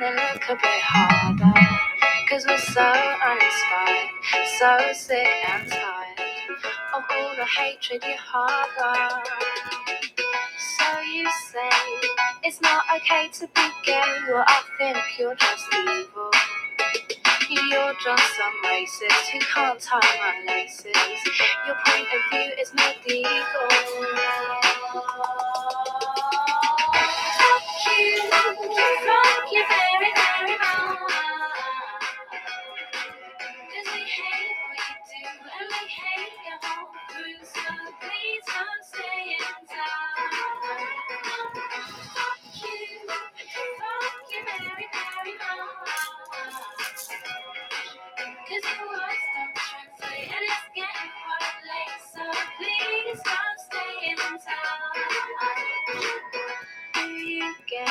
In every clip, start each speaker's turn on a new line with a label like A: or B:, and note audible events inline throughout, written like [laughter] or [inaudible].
A: then look a bit harder. Cause we're so uninspired, so sick and tired of all the hatred you harbor. So you say it's not okay to be gay. Well, I think you're just evil. You're just some racist who can't tie my laces. Your point of view is medieval. Fuck you, fuck you very, very much. Cause we hate what you do and we hate your whole crew. So please don't stay in town. Fuck you, fuck you very, very much. Cause your words don't translate and it's getting quite late. So please don't stay in town. Do you get,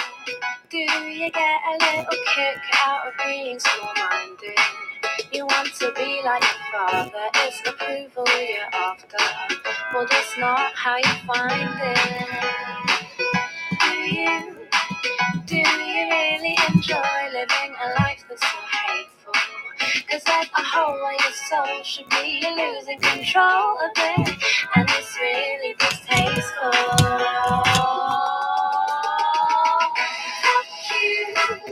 A: do you get a little kick out of being small-minded? You want to be like your father, it's approval you're after. Well, that's not how you find it. Do you, do you really enjoy living a life that's so hateful? Cause there's a hole where your soul should be, you're losing control of it, and it's really distasteful. Fuck you, fuck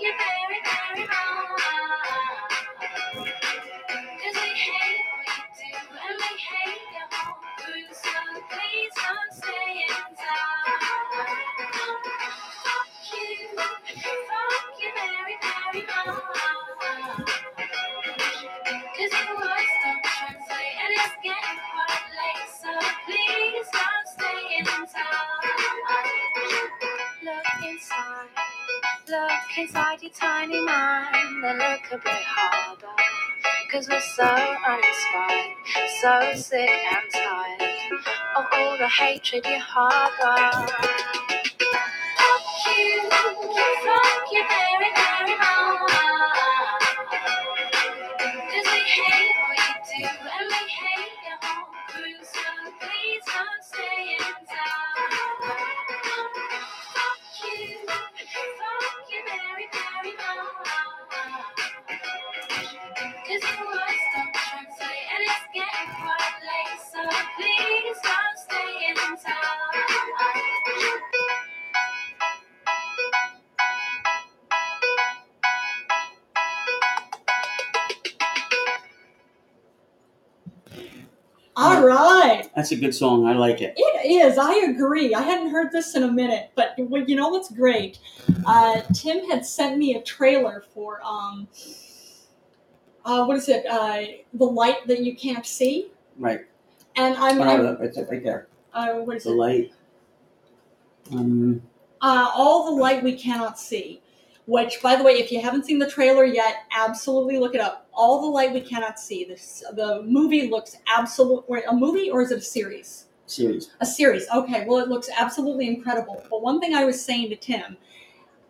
A: you very, very much. Cause we hate what you do and we hate your whole crew, so please don't stay in town. Fuck you, fuck you very, very much. Cause your words don't translate and it's getting quite late, so please don't stay in town. Look inside, look inside your tiny mind, and look a bit harder. Cause we're so uninspired, so sick and tired of all the hatred you harbor. Fuck you, fuck you very, very much. Cause we hate what you do, and we hate your whole crew, so please don't stay in town. Fuck you, fuck you very, very much. Cause your words don't translate and it's getting quite late, so please don't stay in town. All right. That's a good song. I like it. It is. I agree. I hadn't heard this in a minute, but well, you know what's great? Uh, Tim had sent me a trailer for um, uh, what is it? Uh, the light that you can't see. Right. And I'm. Oh, no, it's right there. Uh, what is the it? light. Um, uh, all the light we cannot see. Which, by the way, if you haven't seen the trailer yet, absolutely look it up. All the light we cannot see. This the movie looks absolutely a movie or is it a series? Series. A series. Okay. Well, it looks absolutely incredible. But one thing I was saying to Tim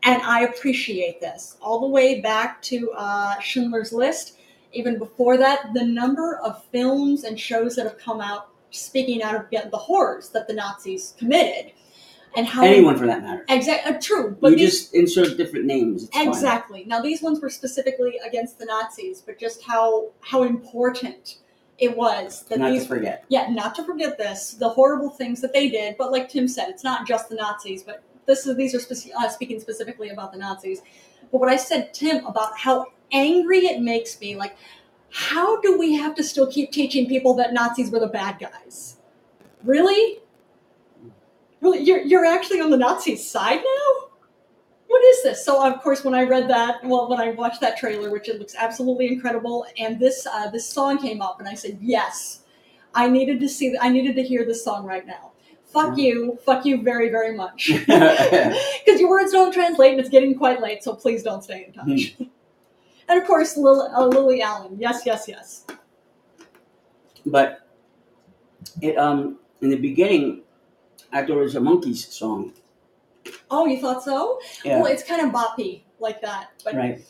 A: and I appreciate this. All the way back to uh, Schindler's List, even before that, the number of films and shows that have come out speaking out of the horrors that the Nazis committed, and how anyone for that matter. Exactly, uh, true. But you these, just insert different names. it's fine. exactly. Now these ones were specifically against the Nazis, but just how how important it was that not these, to forget. [laughs] Yeah, not to forget this, the horrible things that they did. But like Tim said, it's not just the Nazis, but this is these are speci- uh, speaking specifically about the Nazis. But what I said, Tim, about how angry it makes me, like, how do we have to still keep teaching people that Nazis were the bad guys? Really? Really? You're, you're actually on the Nazi side now? What is this? So, of course, when I read that, well, when I watched that trailer, which it looks absolutely incredible, and this uh, this song came up, and I said, yes, I needed to see, I needed to hear this song right now. Fuck you, fuck you very, very
B: [laughs]
A: much. Because your words don't translate and it's getting quite late, so please don't stay in touch. Hmm. [laughs] And of course, Lil, uh, Lily Allen. Yes, yes, yes. But it um in the beginning, I thought it was a Monkeys song. Oh, you thought so? Yeah. Well, it's kind of boppy like that, but right.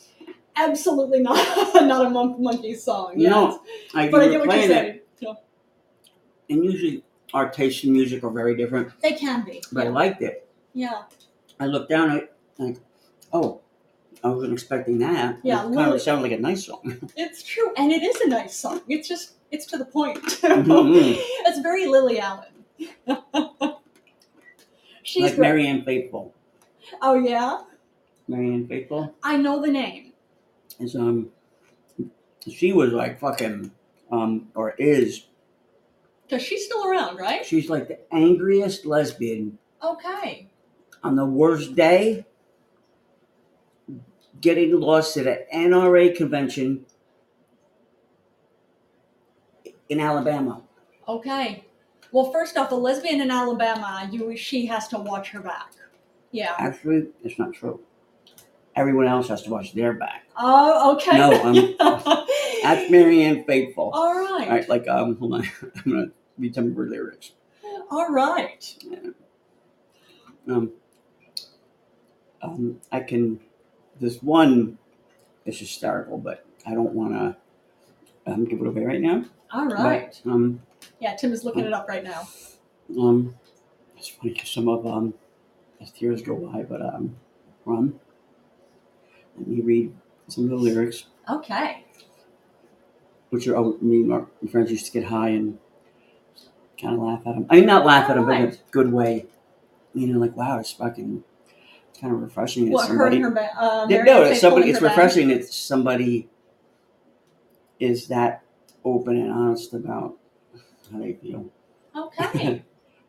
A: absolutely [laughs] not not a mon- Monkeys song. No, I, you
B: but I
A: were
B: get what you're
A: playing it,
B: saying.
A: Yeah.
B: and usually our tastes in music are very different,
A: They can be.
B: but I liked it.
A: Yeah.
B: I looked down at it, like, oh, I wasn't expecting that.
C: Yeah,
B: it kind
C: Lily-
B: of sounded like a nice song.
C: It's true, and it is a nice song. It's just it's to
A: [laughs]
C: the point.
A: Mm-hmm,
B: Mhm.
C: it's very Lily Allen. She's
B: like
C: great.
B: Marianne Faithful.
C: Oh yeah,
B: Marianne Faithful
C: I know the name.
B: is um, she was like fucking um or is
C: Cause she's still around, right?
B: she's like the angriest lesbian
C: Okay.
B: on the worst day, getting lost at an NRA convention in Alabama.
C: Okay. Well, first off, a lesbian in Alabama, you she has to watch her back. Yeah.
B: Actually, it's not true. Everyone else has to watch their back.
C: Oh, okay. [laughs]
B: No, I'm- That's Marianne Faithful.
C: All right.
B: All right, like um, hold on, [laughs] I'm gonna read some of her lyrics.
C: All right.
B: Um, um, I can. This one is hysterical, but I don't want to um, give it away right Mm. now.
C: All
B: But,
C: right.
B: um,
C: Yeah, Tim is looking it up right now.
B: Um, it's funny 'cause some of um, as tears go by, but um, run. Let me read some of the lyrics,
C: Okay.
B: which are oh, me and my friends used to get high and kind of laugh at them. I mean, not laugh at them, but in a good way. You know, like wow, it's fucking, it's kind of refreshing. that
C: What
B: somebody-
C: her and her ba- uh,
B: Yeah,
C: Mary
B: no,
C: Kay
B: it's somebody.
C: pulling
B: It's
C: her back?
B: refreshing that somebody is that open and honest about how they feel. [laughs]
C: Okay.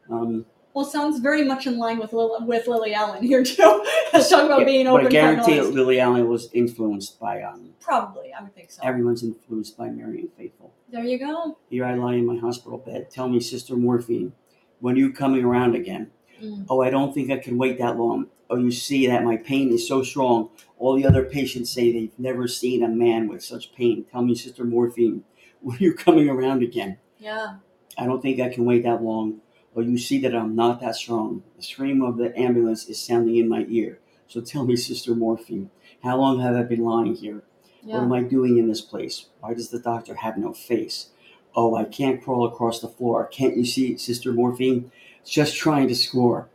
B: Um,
C: well, sounds very much in line with Lil- with Lily Allen here too. [laughs] Let's talk about
B: yeah,
C: being
B: but
C: open.
B: I guarantee
C: for noise.
B: Lily Allen was influenced by um,
C: Probably, I would think so.
B: Everyone's influenced by Marian Faithful.
C: there you go.
B: Here I lie in my hospital bed. Tell me, Sister Morphine, when are you coming around again?
C: Mm.
B: Oh, I don't think I can wait that long. Oh, you see that my pain is so strong. All the other patients say they've never seen a man with such pain. Tell me, Sister Morphine, [laughs] when are you coming around again?
C: Yeah.
B: I don't think I can wait that long. Oh, you see that I'm not that strong. The scream of the ambulance is sounding in my ear. So tell me, Sister Morphine, how long have I been lying here? What
C: Yeah.
B: am I doing in this place? Why does the doctor have no face? Oh, I can't crawl across the floor. Can't you see, Sister Morphine? Just trying to score.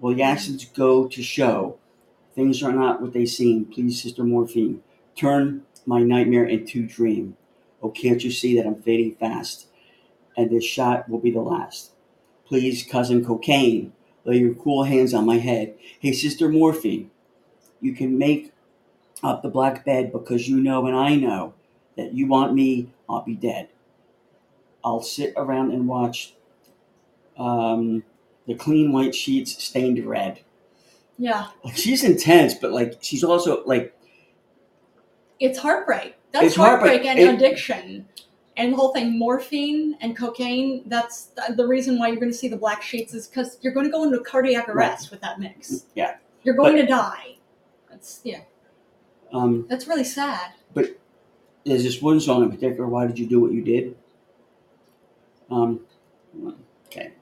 B: Well, the actions go to show things are not what they seem. Please, Sister Morphine, turn my nightmare into dream. Oh, can't you see that I'm fading fast? And this shot will be the last. Please, cousin cocaine, lay your cool hands on my head. Hey, Sister Morphine, you can make up the black bed because you know and I know that you want me, I'll be dead. I'll sit around and watch um, the clean white sheets stained red.
C: Yeah.
B: Like she's intense, but like she's also like
C: It's heartbreak. That's
B: It's
C: heartbreak,
B: heartbreak.
C: and
B: It-
C: addiction. And the whole thing, morphine and cocaine, that's th- the reason why you're going to see the black sheets is because you're going to go into cardiac arrest with that mix.
B: Yeah.
C: You're going to die. That's, yeah.
B: um,
C: That's really sad.
B: there's this one song in particular. Why did you do what you did? Um, okay,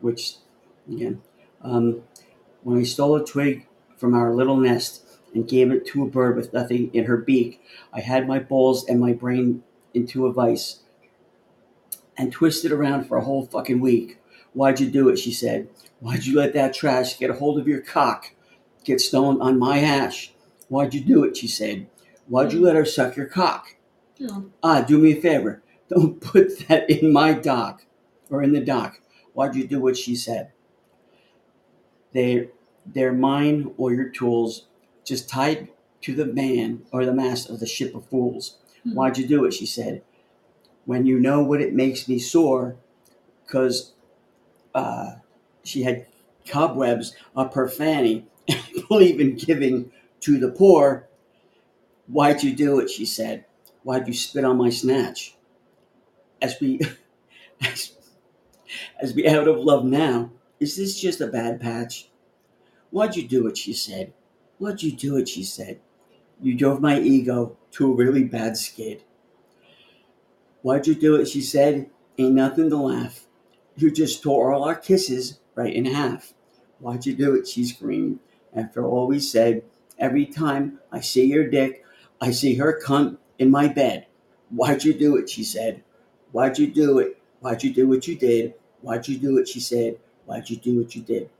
B: which again, um, when I stole a twig from our little nest and gave it to a bird with nothing in her beak, I had my balls and my brain into a vice and twisted around for a whole fucking week. Why'd you do it? She said. Why'd you let that trash get a hold of your cock, get stoned on my ash? Why'd you do it? She said. Why'd you let her suck your cock?
C: Hmm.
B: Ah, do me a favor. [laughs] Don't put that in my dock or in the dock. Why'd you do what she said? They, they're mine or your tools, just tied to the man or the mast of the ship of fools.
C: Hmm.
B: Why'd you do it? She said. When you know what it makes me sore, because uh, she had cobwebs up her fanny, [laughs] and I believe in giving to the poor. Why'd you do it? She said. Why'd you spit on my snatch? As we, [laughs] as, as we out of love now, is this just a bad patch? Why'd you do it? She said. Why'd you do it? She said. You drove my ego to a really bad skid. Why'd you do it? She said. Ain't nothing to laugh. You just tore all our kisses right in half. Why'd you do it? She screamed. After all we said, every time I see your dick, I see her cunt in my bed. Why'd you do it? She said. Why'd you do it? Why'd you do what you did? Why'd you do it? She said. Why'd you do what you did?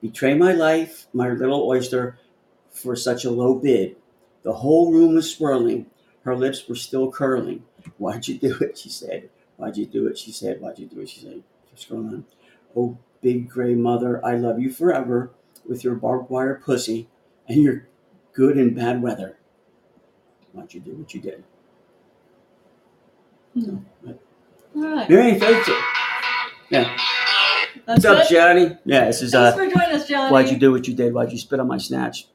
B: Betray my life, my little oyster, for such a low bid. The whole room was swirling. Her lips were still curling. Why'd you do it? She said. Why'd you do it? She said. Why'd you do it? She said. What's going on? Oh, big gray mother, I love you forever with your barbed wire pussy and your good and bad weather. Why'd you do what you did?
C: Hmm.
B: But-
C: All right.
B: Mary, thank you.
C: That's
B: What's up,
C: it.
B: Johnny? Yeah, this is
C: Thanks
B: uh,
C: for joining us, Johnny.
B: why'd you do what you did? Why'd you spit on my snatch?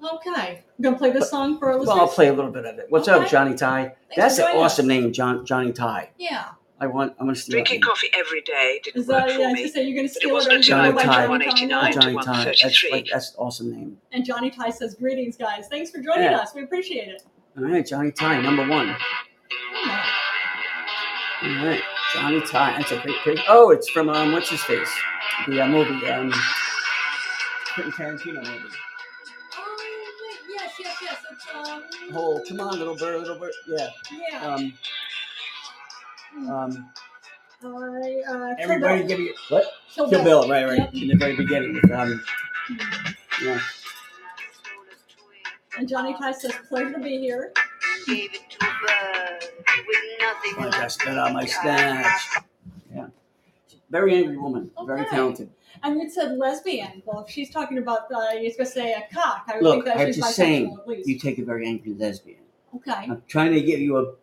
C: Okay. You gonna play this song for our listeners?
B: Well, I'll play a little bit of it. What's up,
C: Okay.
B: Johnny Ty?
C: Thanks for
B: That's an
C: joining us.
B: awesome name, John Johnny Ty.
C: Yeah.
B: I want I want to steal that
D: Drinking
B: name.
D: coffee every day didn't
C: Is that,
D: work for
C: yeah, I was
D: me.
C: gonna say, you're gonna
D: it
C: steal
D: wasn't
C: it.
D: a
C: or you're gonna
B: Johnny
C: go by
B: Time.
C: Johnny Time?
D: 189.
B: Oh, Johnny Ty. That's
D: 133.
B: like that's an awesome name.
C: And Johnny Ty says, "Greetings, guys. Thanks for joining
B: Yeah.
C: us. We appreciate it."
B: All right, Johnny Ty, number one. All right, Johnny Ty. That's a great pick. Oh, it's from um, what's his face? The uh, movie, um, Quentin Tarantino movie.
C: Oh, yes, yes, yes. It's um.
B: Oh, come on, little bird, little bird. Yeah.
C: Yeah.
B: Um. Um.
C: I, uh, Kill
B: Everybody,
C: Bill.
B: give me what?
C: Kill
B: Kill Bill. Right, right.
C: Yep.
B: In the very beginning. with, Um. Yeah.
C: And Johnny Ty says, "Pleasure to be here."
E: Gave it to her with nothing
B: Like I
E: left.
B: spit on my snatch. Yeah. Very angry woman. Very
C: Okay.
B: talented.
C: And it said lesbian. Well, if she's talking about, uh, he's gonna say a cock. I would
B: Look,
C: think that
B: I'm
C: she's
B: just
C: bisexual
B: saying,
C: at least.
B: You take a very angry lesbian.
C: okay.
B: I'm trying to give you a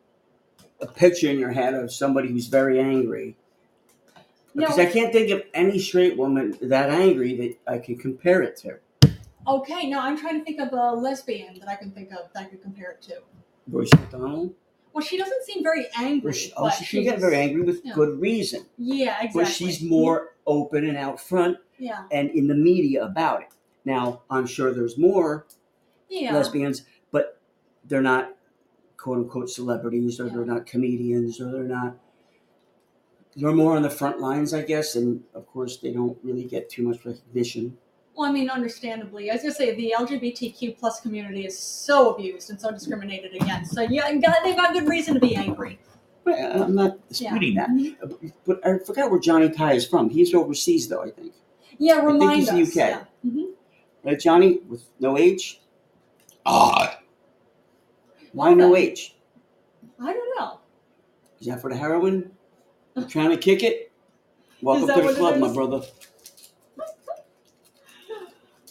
B: a picture in your head of somebody who's very angry. Because I
C: No.
B: can't think of any straight woman that angry that I can compare it to.
C: Okay. Now I'm trying to think of a lesbian that I can think of that I could compare it to.
B: Royce McDonald.
C: Well, she doesn't seem very angry.
B: Well, she, oh,
C: but
B: she can get very angry with
C: yeah.
B: good reason.
C: Yeah, exactly.
B: But she's more open and out front
C: Yeah,
B: and in the media about it. Now, I'm sure there's more
C: yeah.
B: lesbians, but they're not quote unquote celebrities or
C: Yeah.
B: they're not comedians or they're not. They're more on the front lines, I guess, and of course, they don't really get too much recognition.
C: Well, I mean, understandably, I was gonna say the LGBTQ plus community is so abused and so discriminated against. So yeah, and God, they've got good reason to be angry.
B: But uh, I'm not disputing
C: Mm-hmm.
B: that. Uh, But I forgot where Johnny Ty is from. He's overseas, though, I think.
C: Yeah,
B: think
C: remind
B: he's the
C: us.
B: UK.
C: Yeah. Mhm.
B: Right, Johnny? With no H? Ah! Why no H?
C: I don't know.
B: Is that for the heroin? You trying to kick it? Welcome
C: that
B: to the
C: what it
B: club, my
C: is?
B: brother.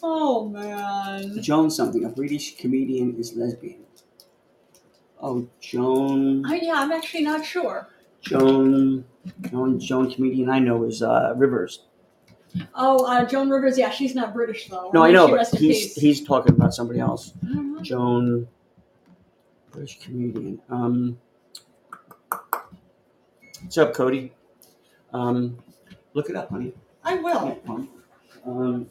C: Oh man,
B: Joan something. A British comedian is lesbian. Oh, Joan.
C: I, yeah, I'm actually not sure.
B: Joan. Joan, Joan comedian I know is uh, Rivers.
C: Oh, uh, Joan Rivers. Yeah, she's not British though.
B: No,
C: Oh,
B: I
C: May
B: know,
C: she
B: but
C: rest in
B: he's
C: peace.
B: he's talking about somebody else.
C: I don't know.
B: Joan. British comedian. Um, what's up, Cody? Um, look it up, honey.
C: I will.
B: Um,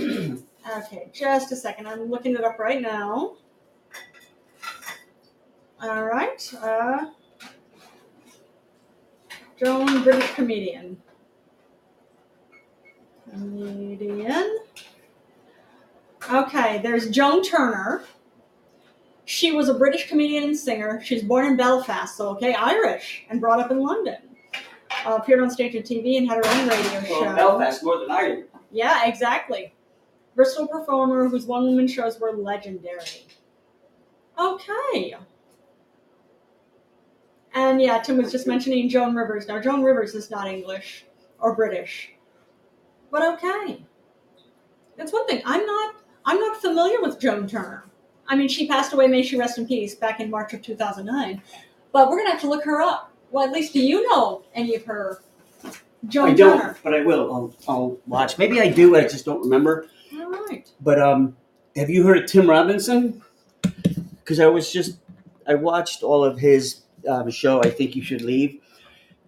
C: Okay, just a second. I'm looking it up right now. All right. Uh, Joan, British comedian. Comedian. Okay, there's Joan Turner. She was a British comedian and singer. She's born in Belfast, so okay, Irish, and brought up in London. Uh, appeared on stage and TV and had her own radio show.
B: more than Ireland.
C: Yeah, exactly. Bristol performer whose one woman shows were legendary. Okay. And yeah, Tim was just mentioning Joan Rivers. Now, Joan Rivers is not English or British, but okay. That's one thing. I'm not. I'm not familiar with Joan Turner. I mean, she passed away. May she rest in peace. Back in March of 2009. But we're gonna have to look her up. Well, at least do you know any of her? Joan
B: I don't,
C: Turner.
B: but I will. I'll, I'll watch. Maybe I do. I just don't remember.
C: All right.
B: But um, have you heard of Tim Robinson? Because I was just I watched all of his um, show. I think you should leave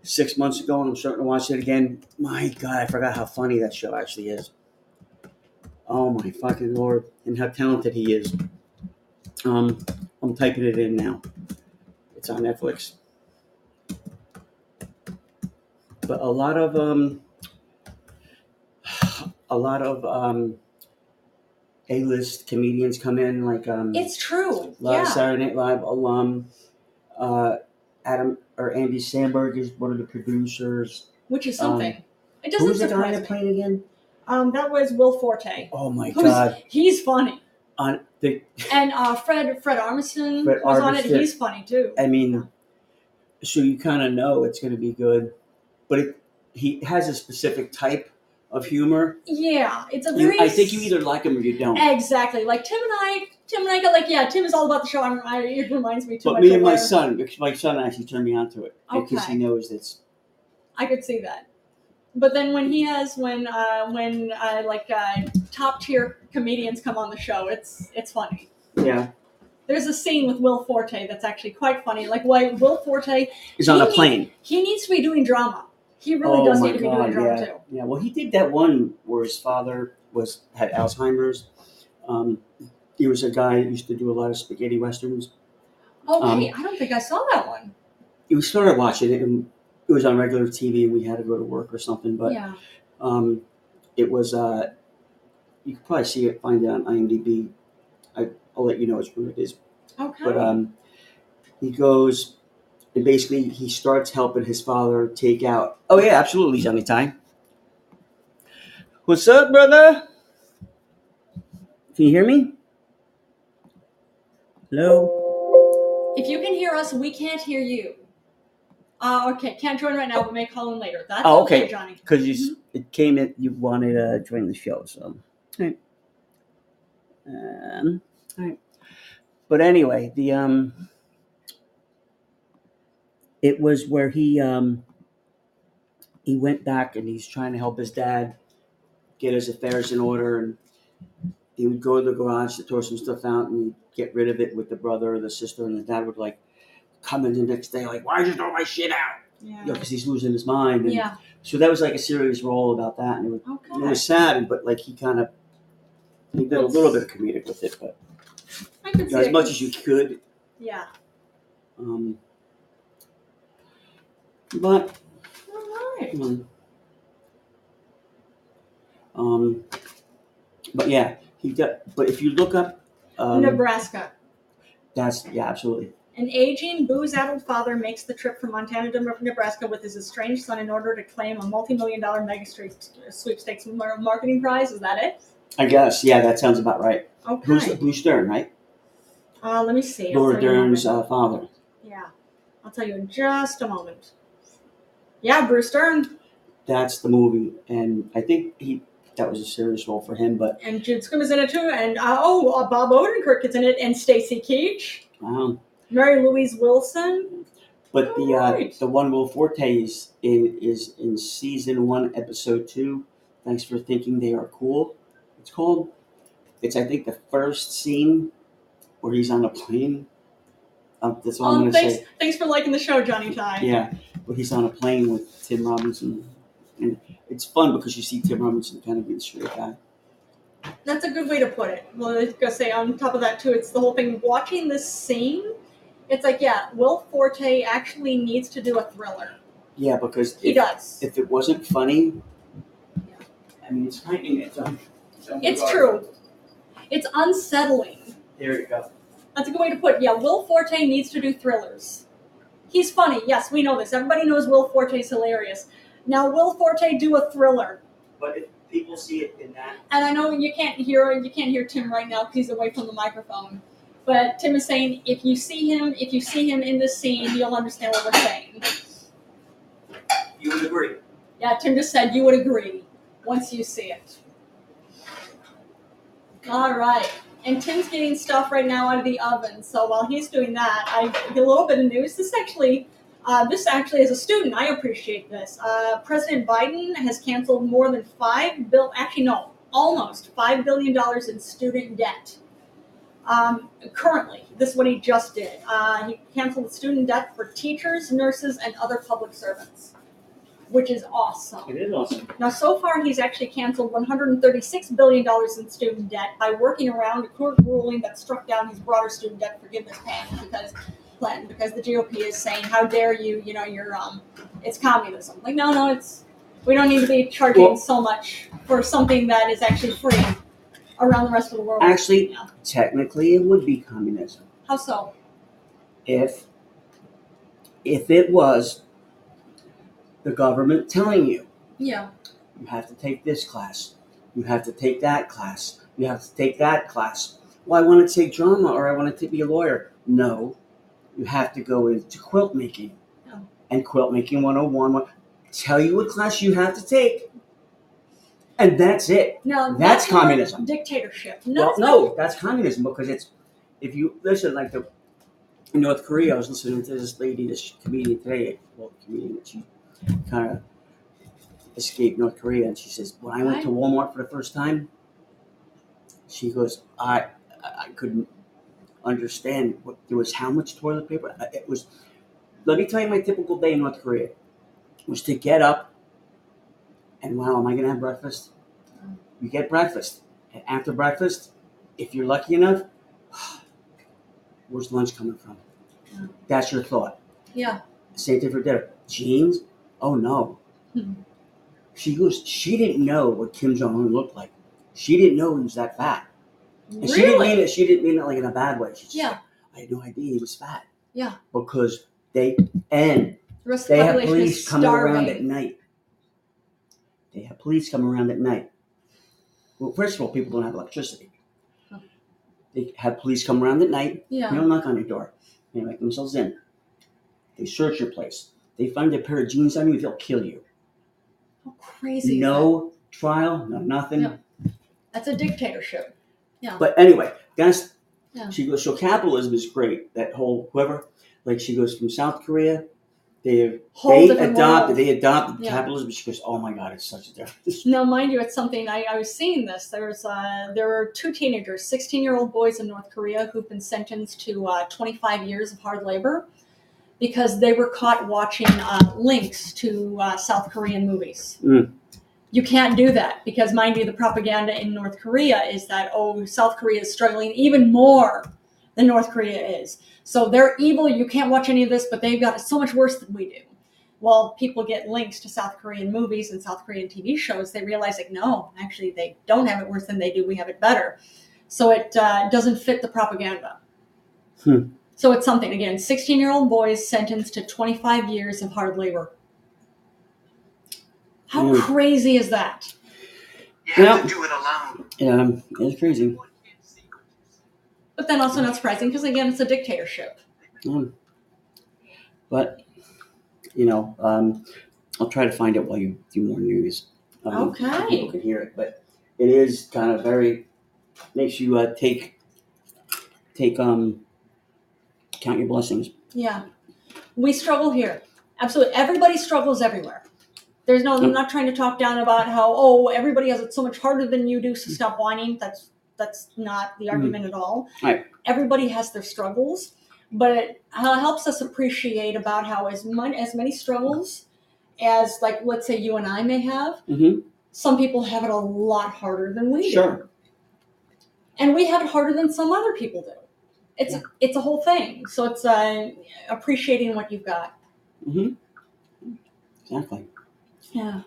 B: six months ago, and I'm starting to watch it again. My God, I forgot how funny that show actually is. Oh my fucking lord! And how talented he is. Um, I'm typing it in now. It's on Netflix. But a lot of um, [sighs] a lot of um, A-list comedians come in, like um,
C: It's true. yeah.
B: live Saturday Night Live alum. Uh, Adam or Andy Sandberg is one of the producers.
C: Which is
B: Um,
C: something. it
B: Who
C: doesn't
B: was the guy
C: surprise
B: that
C: me.
B: played again?
C: Um, that was Will Forte.
B: Oh my
C: Who's-
B: god!
C: He's funny.
B: on the.
C: And uh, Fred Fred Armisen
B: Fred
C: was on it.
B: Armisen.
C: He's funny too.
B: I mean, so you kind of know it's going to be good, but it, he has a specific type of humor.
C: Yeah, it's a
B: You-
C: very.
B: I think you either like him or you don't.
C: Exactly, like Tim and I. Tim and I got like, yeah, Tim is all about the show. And I, it reminds me too
B: But
C: much.
B: me
C: of
B: and my
C: where-
B: son, because my son actually turned me on to it because
C: Okay.
B: he knows that's
C: I could see that. But then when he has when uh, when uh, like uh, top tier comedians come on the show, it's it's funny.
B: yeah.
C: There's a scene with Will Forte that's actually quite funny. Like why Will Forte
B: He's on a
C: He-
B: plane.
C: he needs to be doing drama. He really
B: Oh
C: does
B: my
C: need to be doing
B: God,
C: drama too.
B: Yeah, well, he did that one where his father was had Alzheimer's. Um, he was a guy who used to do a lot of spaghetti westerns.
C: Oh
B: Um,
C: wait, I don't think I saw that one.
B: We started watching it, and it was on regular TV, and we had to go to work or something. But
C: yeah.
B: um, it was uh, you could probably see it, find it on IMDb. I, I'll let you know which one it is.
C: Okay.
B: But um, he goes and basically he starts helping his father take out. Oh yeah, absolutely, Johnny Time. What's up, brother? Can you hear me? Hello.
C: if you can hear us, we can't hear you. Uh, okay, can't join right now, but may call in later. That's
B: Oh, okay.
C: Johnny.
B: Because you
C: Mm-hmm.
B: s- it came in, you wanted to join the show, so. Alright. Um, all right. But anyway, the um, it was where he um, he went back and he's trying to help his dad get his affairs in order, and he would go to the garage to throw some stuff out and get rid of it with the brother or the sister, and the dad would like come in the next day like, "Why'd you throw my shit out?"
C: Yeah.
B: You know, because he's losing his mind. And,
C: Yeah.
B: so that was like a serious role about that, and it was,
C: Okay.
B: it was sad, but like he kind of he did a little bit of comedic with it, but
C: I can
B: you
C: see
B: know, as
C: it.
B: much as you could.
C: Yeah.
B: Um, but
C: All right.
B: um, um, but yeah, he got. But if you look up, um,
C: Nebraska.
B: that's yeah, absolutely.
C: An aging, booze-addled father makes the trip from Montana to Nebraska with his estranged son in order to claim a multi-million-dollar mega streak- sweepstakes mar- marketing prize. Is that it?
B: I guess yeah, that sounds about right.
C: Okay.
B: Who's the Bruce Dern, right?
C: uh, let me see. I'll
B: Laura
C: tell you in a
B: Dern's
C: moment.
B: uh, father.
C: yeah, I'll tell you in just a moment. Yeah, Bruce Dern
B: That's the movie, and I think he that was a serious role for him, but
C: and Jude Skim is in it too, and uh, oh, uh, Bob Odenkirk is in it, and Stacy Keach,
B: wow.
C: Mary Louise Wilson.
B: But the
C: Alright.
B: uh, the one Will Forte is in is in season one, episode two. Thanks for thinking they are cool. It's called. It's I think the first scene where he's on a plane. Um, that's all I'm
C: Um,
B: gonna
C: thanks,
B: say.
C: thanks for liking the show, Johnny Ty.
B: Yeah, but he's on a plane with Tim Robinson, and it's fun because you see Tim Robinson kind of be the straight guy.
C: That's a good way to put it. Well, I was gonna say on top of that too, it's the whole thing. Watching this scene, it's like yeah, Will Forte actually needs to do a thriller.
B: Yeah, because
C: He
B: if,
C: does.
B: if it wasn't funny, I mean it's frightening. It's, un-
C: It's true. It's unsettling.
B: There you go.
C: That's a good way to put it. Yeah, Will Forte needs to do thrillers. He's funny. Yes, we know this. Everybody knows Will Forte's hilarious. Now, Will Forte do a thriller.
B: But if people see it in that.
C: and I know you can't hear you can't hear Tim right now because he's away from the microphone. But Tim is saying if you see him if you see him in this scene, you'll understand what we're saying.
B: You would agree.
C: Yeah, Tim just said you would agree once you see it. All right. And Tim's getting stuff right now out of the oven. So while he's doing that, I get a little bit of news. This actually, uh, this actually, as a student, I appreciate this. Uh, President Biden has canceled more than five bill. Actually, no, almost five billion dollars in student debt. Um, currently, this is what he just did. Uh, he canceled student debt for teachers, nurses, and other public servants, which is awesome.
B: It is awesome.
C: Now, so far, he's actually canceled $136 billion in student debt by working around a court ruling that struck down his broader student debt forgiveness plan because plan because the GOP is saying, "How dare you? You know, you're um, it's communism." Like, no, no, it's we don't need to be charging
B: Well-
C: so much for something that is actually free around the rest of the world.
B: Actually-
C: Yeah.
B: Technically, it would be communism
C: how so?
B: if if it was the government telling you
C: Yeah,
B: you have to take this class, you have to take that class, you have to take that class. well, I want to take drama or I want to be a lawyer. No, you have to go into quilt making.
C: Oh.
B: And quilt making 101 will tell you what class you have to take. And that's it.
C: No,
B: That's
C: not
B: communism.
C: Dictatorship. No,
B: Well,
C: it's not.
B: no, that's communism because it's, if you listen, like the, in North Korea, I was listening to this lady, this comedian today, well, comedian, she kind of escaped North Korea. And she says, when I went to Walmart for the first time, she goes, I, I I couldn't understand what there was how much toilet paper. I- It was, let me tell you my typical day in North Korea was to get up and wow, am I going to have breakfast?
C: Mm.
B: You get breakfast. And after breakfast, if you're lucky enough, [sighs] where's lunch coming from?
C: Yeah.
B: That's your thought.
C: Yeah.
B: Same thing for dinner. Jeans? Oh no.
C: Hmm.
B: She goes, she didn't know what Kim Jong un looked like. She didn't know he was that fat. And she didn't mean
C: Really?
B: it, she didn't mean it like in a bad way. She just,
C: Yeah.
B: I had no idea he was fat.
C: Yeah.
B: Because they, and
C: The rest of
B: they
C: the
B: have
C: population is
B: police coming around at
C: starving.
B: night. They have police coming around at night. Well, first of all, people don't have electricity.
C: Huh.
B: They have police come around at night. They
C: Yeah.
B: don't knock on your door. They make themselves in. They search your place. They find a pair of jeans on you, they'll kill you.
C: How crazy. is
B: No trial, no nothing.
C: Yeah. that? That's a dictatorship.
B: But anyway, that's
C: Yeah.
B: she goes. So capitalism is great. That whole whoever, like she goes from South Korea, they
C: Whole
B: they
C: different
B: adopted
C: world.
B: they adopted
C: Yeah.
B: capitalism. She goes, oh my god, it's such a difference.
C: Now, mind you, it's something I, I was seeing this. There's uh, there were two teenagers, 16 year old boys in North Korea, who've been sentenced to uh, 25 years of hard labor because they were caught watching uh, links to uh, South Korean movies.
B: Mm.
C: You can't do that because, mind you, the propaganda in North Korea is that oh, South Korea is struggling even more than North Korea is. So they're evil. You can't watch any of this, but they've got it so much worse than we do well, people get links to South Korean movies and South Korean TV shows, they realize like, no, actually, they don't have it worse than they do. We have it better. So it uh, doesn't fit the propaganda.
B: Hmm.
C: So it's something again. Sixteen-year-old boys sentenced to twenty-five years of hard labor. How
B: Hmm.
C: crazy is that?
E: You have
B: Yeah.
E: to do it alone.
B: Yeah, um, it's crazy.
C: But then also not surprising because again, it's a dictatorship.
B: Mm. But you know, um, I'll try to find it while you do more news. Um, so
C: Okay.
B: people can hear it, but it is kind of very makes you uh, take take um count your blessings.
C: Yeah. We struggle here. Absolutely. Everybody struggles everywhere. There's no, I'm not trying to talk down about how, oh, everybody has it so much harder than you do, so
B: Mm.
C: stop whining. That's that's not the argument at all.
B: Right.
C: Everybody has their struggles, but it uh, helps us appreciate about how as mon- as many struggles as like let's say you and I may have,
B: Mm-hmm.
C: some people have it a lot harder than we do
B: Sure.
C: and we have it harder than some other people do. It's it's a whole thing. So it's uh, appreciating what you've got.
B: Mm-hmm. Exactly.
C: Yeah.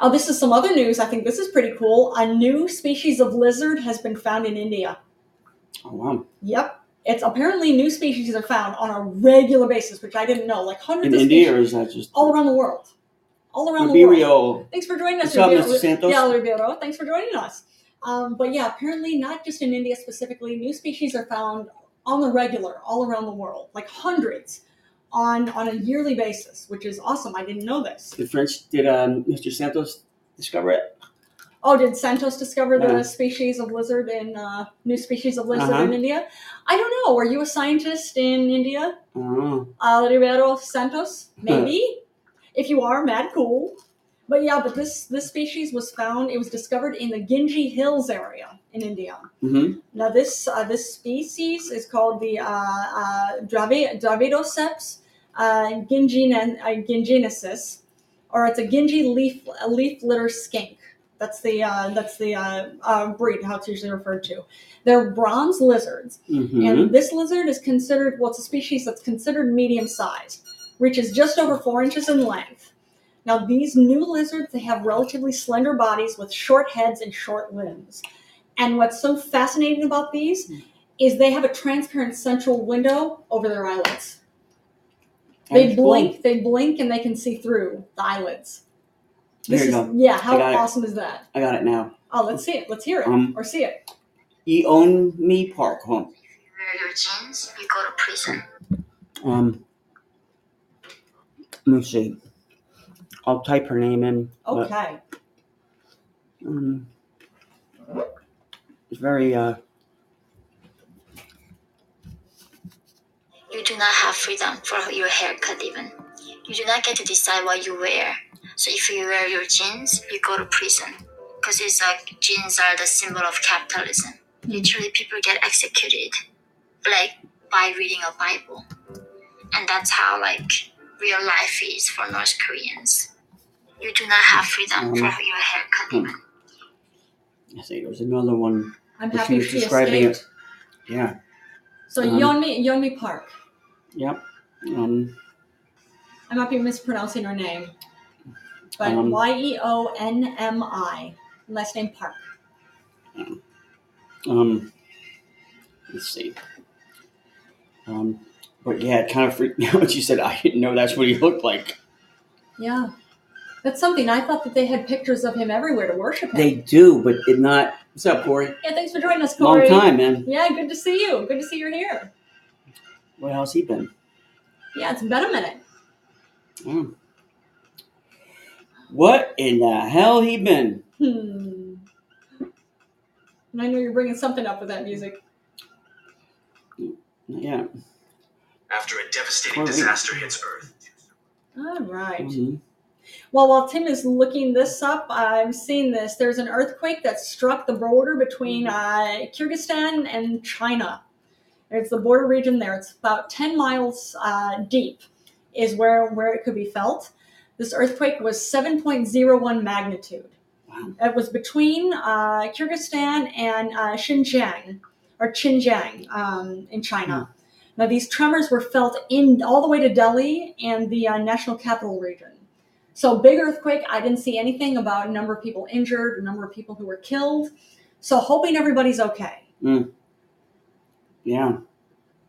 C: Oh, this is some other news. I think this is pretty cool. A new species of lizard has been found in India.
B: Oh wow.
C: Yep. It's apparently new species are found on a regular basis, which I didn't know. Like hundreds
B: In
C: of
B: India,
C: species
B: or is that just
C: all around the world. All around the world.
B: Riberio?
C: Thanks for joining us.
B: What's up,
C: Ribeiro.
B: Mr. Santos?
C: Yeah, Ribeiro. Thanks for joining us. Um, but yeah, apparently not just in India specifically, new species are found on the regular all around the world, like hundreds on on a yearly basis, which is awesome. I didn't know this.
B: The French did um, Mr. Santos discover it?
C: Oh, did Santos discover the
B: Yeah.
C: species of lizard in uh, new species of lizard
B: Uh-huh.
C: in India? I don't know. Were you a scientist in India,
B: Oh.
C: uh, Ribeiro Santos? Maybe. if you are, mad cool. But yeah, but this this species was found. It was discovered in the Ginji Hills area in India.
B: Mm-hmm.
C: Now this uh, this species is called the uh, uh, Dravi- Dravidoceps uh, gingina- uh, ginginesis, or it's a gingy leaf a leaf litter skink. That's the uh, that's the uh, uh, breed how it's usually referred to. They're bronze lizards,
B: Mm-hmm.
C: and this lizard is considered well, it's a species that's considered medium sized, reaches just over four inches in length. Now these new lizards they have relatively slender bodies with short heads and short limbs. And what's so fascinating about these
B: Mm.
C: is they have a transparent central window over their eyelids.
B: Oh,
C: They blink, they blink, and they can see through the eyelids.
B: There
C: This
B: you
C: is
B: go.
C: yeah.
B: I
C: How
B: got it.
C: awesome is that?
B: I got it now.
C: Oh, let's see it. Let's hear it
B: Um,
C: or see it.
B: Eonmi Park home.
E: If you wear your jeans, you go to prison.
B: Um, let me see. I'll type her name in. but,
C: Okay.
B: um, it's very uh,
E: You do not have freedom for your haircut even. You do not get to decide what you wear. So if you wear your jeans, you go to prison. Because it's like jeans are the symbol of capitalism. Literally people get executed like by reading a Bible. And that's how like real life is for North Koreans. You do not have freedom for your haircut even.
B: I think there's another one.
C: I'm
B: But she
C: happy
B: was
C: she
B: describing it.
C: escaped.
B: Yeah.
C: So
B: Um,
C: Yeonmi Yeonmi Park.
B: Yep. Um,
C: I might be mispronouncing her name, but
B: Um,
C: Y E O N M I last name Park.
B: um, let's see. Um, but yeah, it kind of freaked [laughs] me out when she said, I didn't know that's what he looked like.
C: Yeah, that's something. I thought that they had pictures of him everywhere to worship him.
B: They do, but it not. What's up, Corey?
C: yeah, thanks for joining us,
B: Long
C: Corey.
B: time, man.
C: Yeah, good to see you. Good to see you're here.
B: Where how's he been?
C: Yeah, it's been a minute.
B: Mm. What in the hell he been?
C: Hmm. And I know you're bringing something up with that music.
B: Yeah.
D: after a devastating
B: Well, we-
D: disaster hits Earth.
C: All right.
B: Mhm.
C: Well, while Tim is looking this up, I'm seeing this. There's an earthquake that struck the border between uh, Kyrgyzstan and China. It's the border region there. It's about 10 miles uh, deep, is where, where it could be felt. This earthquake was 7.01 magnitude.
B: Wow.
C: It was between uh, Kyrgyzstan and uh, Xinjiang, or Xinjiang um, in China. Now, these tremors were felt in all the way to Delhi and the uh, national capital region. So big earthquake. I didn't see anything about number of people injured, number of people who were killed. So hoping everybody's okay.
B: Yeah.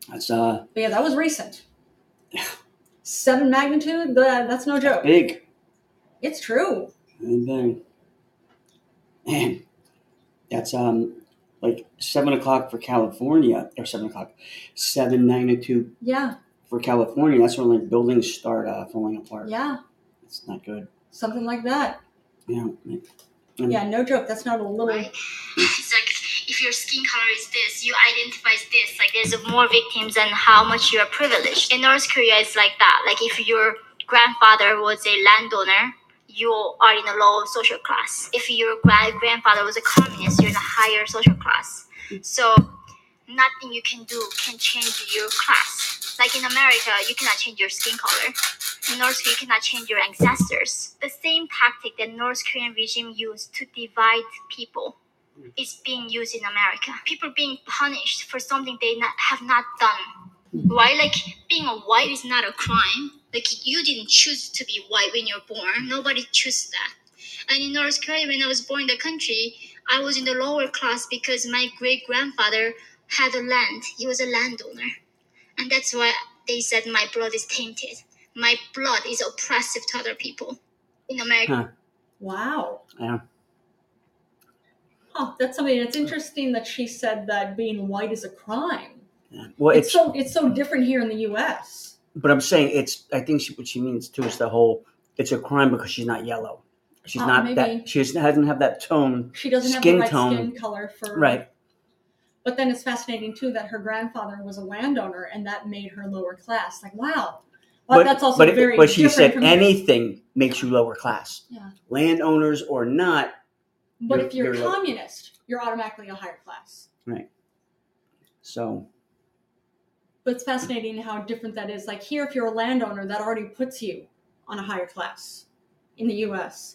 B: That's uh
C: But yeah, that was recent. Seven magnitude. The, that's no joke.
B: big.
C: It's true.
B: And then, man, that's um like seven o'clock for California or seven o'clock, seven magnitude
C: Yeah,
B: for California. That's when like buildings start uh, falling apart.
C: yeah,
B: It's not good.
C: something like that.
B: Yeah. Mm.
C: Yeah, no joke. That's not a little.
E: right? [laughs] It's like if your skin color is this, you identify as this. Like there's more victims and how much you are privileged. In North Korea, it's like that. Like if your grandfather was a landowner, you are in a low social class. If your grand grandfather was a communist, you're in a higher social class. So nothing you can do can change your class. Like in America, you cannot change your skin color. In North Korea, you cannot change your ancestors. The same tactic that North Korean regime used to divide people is being used in America. People being punished for something they not, have not done. Right? Like being a white is not a crime. Like you didn't choose to be white when you're born. Nobody chooses that. And in North Korea, when I was born in the country, I was in the lower class because my great grandfather had a land. He was a landowner. And that's why they said my blood is tainted. My blood is oppressive to other people. In America,
C: Wow.
B: Yeah.
C: Oh, that's something. It's interesting that she said that being white is a crime.
B: yeah. Well,
C: It's
B: it's
C: so it's so different here in the U.S.
B: but I'm saying it's. I think she, what she means too is the whole. It's a crime because she's not yellow. She's
C: Uh,
B: not
C: maybe.
B: that. She doesn't- doesn't have that tone.
C: She doesn't have
B: Skin
C: the right
B: tone.
C: skin color for
B: Right.
C: But then it's fascinating too that her grandfather was a landowner, and that made her lower class. Like, wow, well, that's also
B: but, it-
C: very.
B: But she
C: different
B: said
C: from-
B: anything makes you lower class.
C: Yeah.
B: Landowners or not,
C: But if you're,
B: you're low.
C: communist, you're automatically a higher class.
B: so
C: But it's fascinating how different that is. Like here, if you're a landowner, that already puts you on a higher class in the U.S.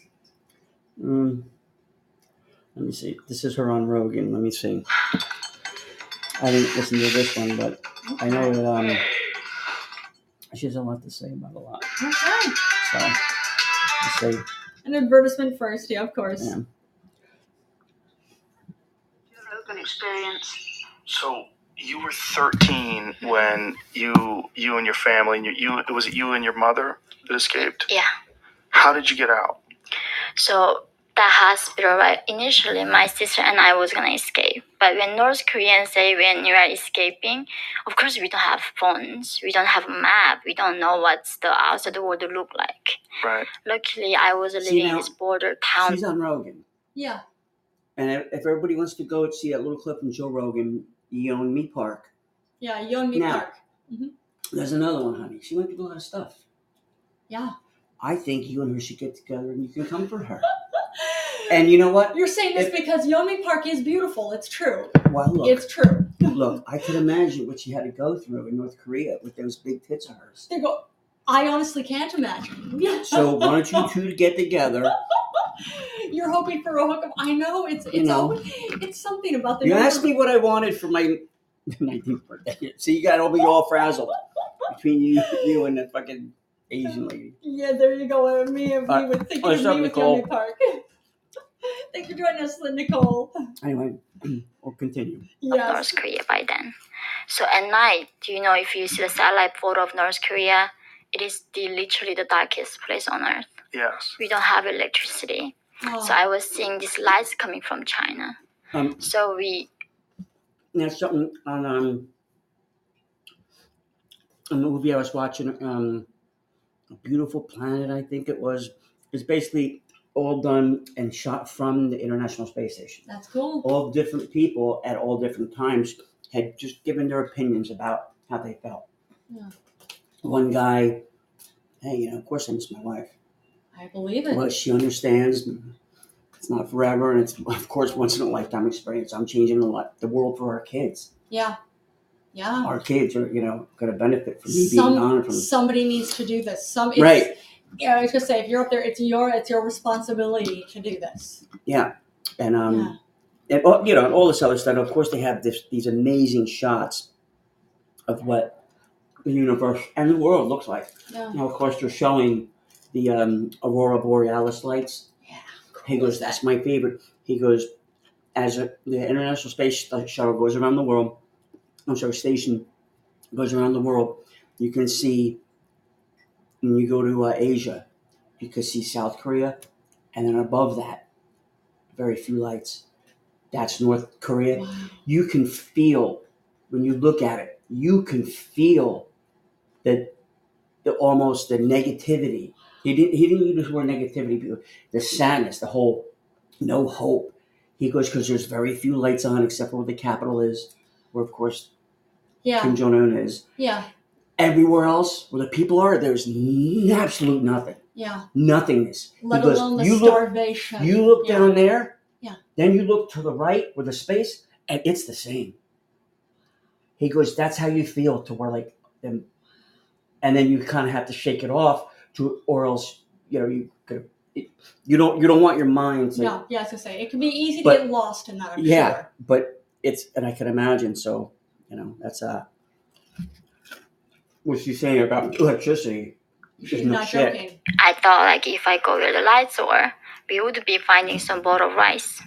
B: mm, let me see. This is her on Rogan. Let me see. I didn't listen to this one, but I know that um, she has a lot to say about a lot.
C: Okay.
B: So let's see.
C: An advertisement first, yeah, of course.
B: Yeah.
E: Rogan experience.
F: So you were 13
E: Mm-hmm.
F: when you you and your family and you, you was it you and your mother that escaped?
E: Yeah.
F: How did you get out?
E: So that hospital, right? Initially, my sister and I was gonna escape, but when North Koreans say when you are escaping, of course we don't have phones, we don't have a map, we don't know what's the outside world look like.
F: Right.
E: Luckily, I was
B: See,
E: living in
B: now,
E: this border town.
B: She's on Rogan.
C: Yeah.
B: And if if everybody wants to go and see that little clip from Joe Rogan, you own me park.
C: Yeah. Yeonmi
B: Now-
C: Park.
B: There's another one, honey. She went through a lot of stuff.
C: Yeah.
B: I think you and her should get together and you can comfort her. and you know what?
C: You're saying this
B: If-
C: because Yeonmi Park is beautiful. It's true.
B: Well, look,
C: It's true.
B: look, I can imagine what she had to go through in North Korea with those big tits of hers.
C: They go. I honestly can't imagine. Yeah.
B: [laughs]
C: [laughs]
B: So why don't you two get together?
C: You're hoping for a hookup. I know it's it's
B: You know.
C: always- it's something about the
B: You
C: number-
B: asked me what I wanted for my [laughs] 19th birthday. So you got all me all frazzled between you, you and the fucking Asian lady.
C: Yeah, there you go. Uh, Me and
B: Uh,
C: me with thinking
B: oh,
C: of
B: it's not
C: me with
B: Nicole.
C: Yeonmi Park. [laughs] Thanks for joining us, Nicole.
B: Anyway, [clears throat] we'll continue.
E: of
C: Yes.
E: North Korea by then. So at night, do you know if you see the satellite photo of North Korea, it is the literally the darkest place on earth.
F: Yes.
E: We don't have electricity.
C: Oh.
E: So I was seeing these lights coming from China.
B: Um,
E: So we
B: Now something on um a movie I was watching, um A Beautiful Planet, I think it was. It's basically all done and shot from the International Space Station.
C: That's cool.
B: All different people at all different times had just given their opinions about how they felt.
C: Yeah.
B: One guy, hey, you know, of course I miss my wife.
C: I believe it.
B: Well, she understands it's not forever, and it's of course once in a lifetime experience. I'm changing the li the world for our kids
C: Yeah. Yeah.
B: our kids are, you know, going to benefit from me being on
C: Some,
B: from
C: somebody needs to do this. Some it's,
B: Right.
C: Yeah, I was gonna say if you're up there, it's your it's your responsibility to do this.
B: and um and all, you know and all this other stuff. Of course, they have this these amazing shots of what the universe and the world looks like.
C: Yeah.
B: Now, of course, they're showing the um, aurora borealis lights.
C: Yeah.
B: He goes, "That's my favorite." He goes, "As a, the International Space Shuttle goes around the world, I'm sorry, station goes around the world, you can see when you go to uh, Asia, you can see South Korea, and then above that, very few lights. That's North Korea.
C: Wow.
B: You can feel when you look at it. You can feel that the almost the negativity. He didn't. He didn't use the word negativity, but the sadness, the whole no hope. He goes because there's very few lights on except for where the capital is, where of course
C: Yeah.
B: Kim Jong Un is.
C: Yeah.
B: Everywhere else, where the people are, there's n- absolute nothing,
C: Yeah.
B: nothingness. He
C: Let
B: goes,
C: alone the
B: you look,
C: starvation.
B: you look
C: Yeah.
B: down there,
C: Yeah.
B: Then you look to the right with the space, and it's the same. He goes, that's how you feel to where like them, and then you kind of have to shake it off to, or else you know you could, you don't you don't want your mind to
C: No, yeah, I was gonna say it can be easy
B: But-
C: to get lost in that. I'm
B: yeah
C: sure.
B: but it's and i can imagine so you know that's uh what she's saying about electricity
C: she's
B: is no
C: not
B: shit.
C: joking.
E: I thought like if I go where the lights were, we would be finding some bowl of rice.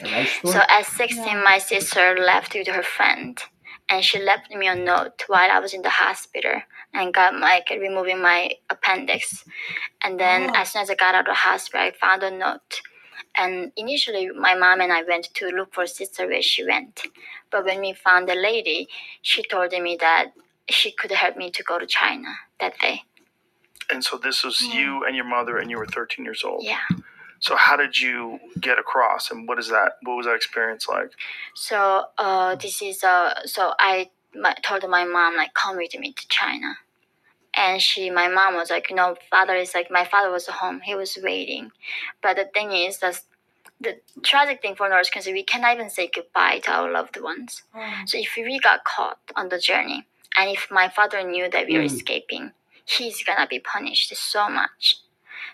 B: A rice store?
E: So at 16,
C: Yeah.
E: my sister left with her friend, and she left me a note while I was in the hospital and got my removing my appendix. And then
C: Wow.
E: as soon as I got out of the hospital, I found a note. And initially, my mom and I went to look for sister where she went. But when we found the lady, she told me that she could help me to go to China that day.
F: And so this was you and your mother, and you were 13 years old.
E: Mm-hmm. Yeah.
F: So how did you get across, and what is that? What was that experience like?
E: So uh, this is uh, so I my, told my mom like come with me to China, and she my mom was like no father is like my father was home he was waiting, but the thing is that the tragic thing for North Korea is we cannot even say goodbye to our loved ones.
C: Oh,
E: So if we got caught on the journey, and if my father knew that we were
B: Mm.
E: escaping, he's gonna be punished so much.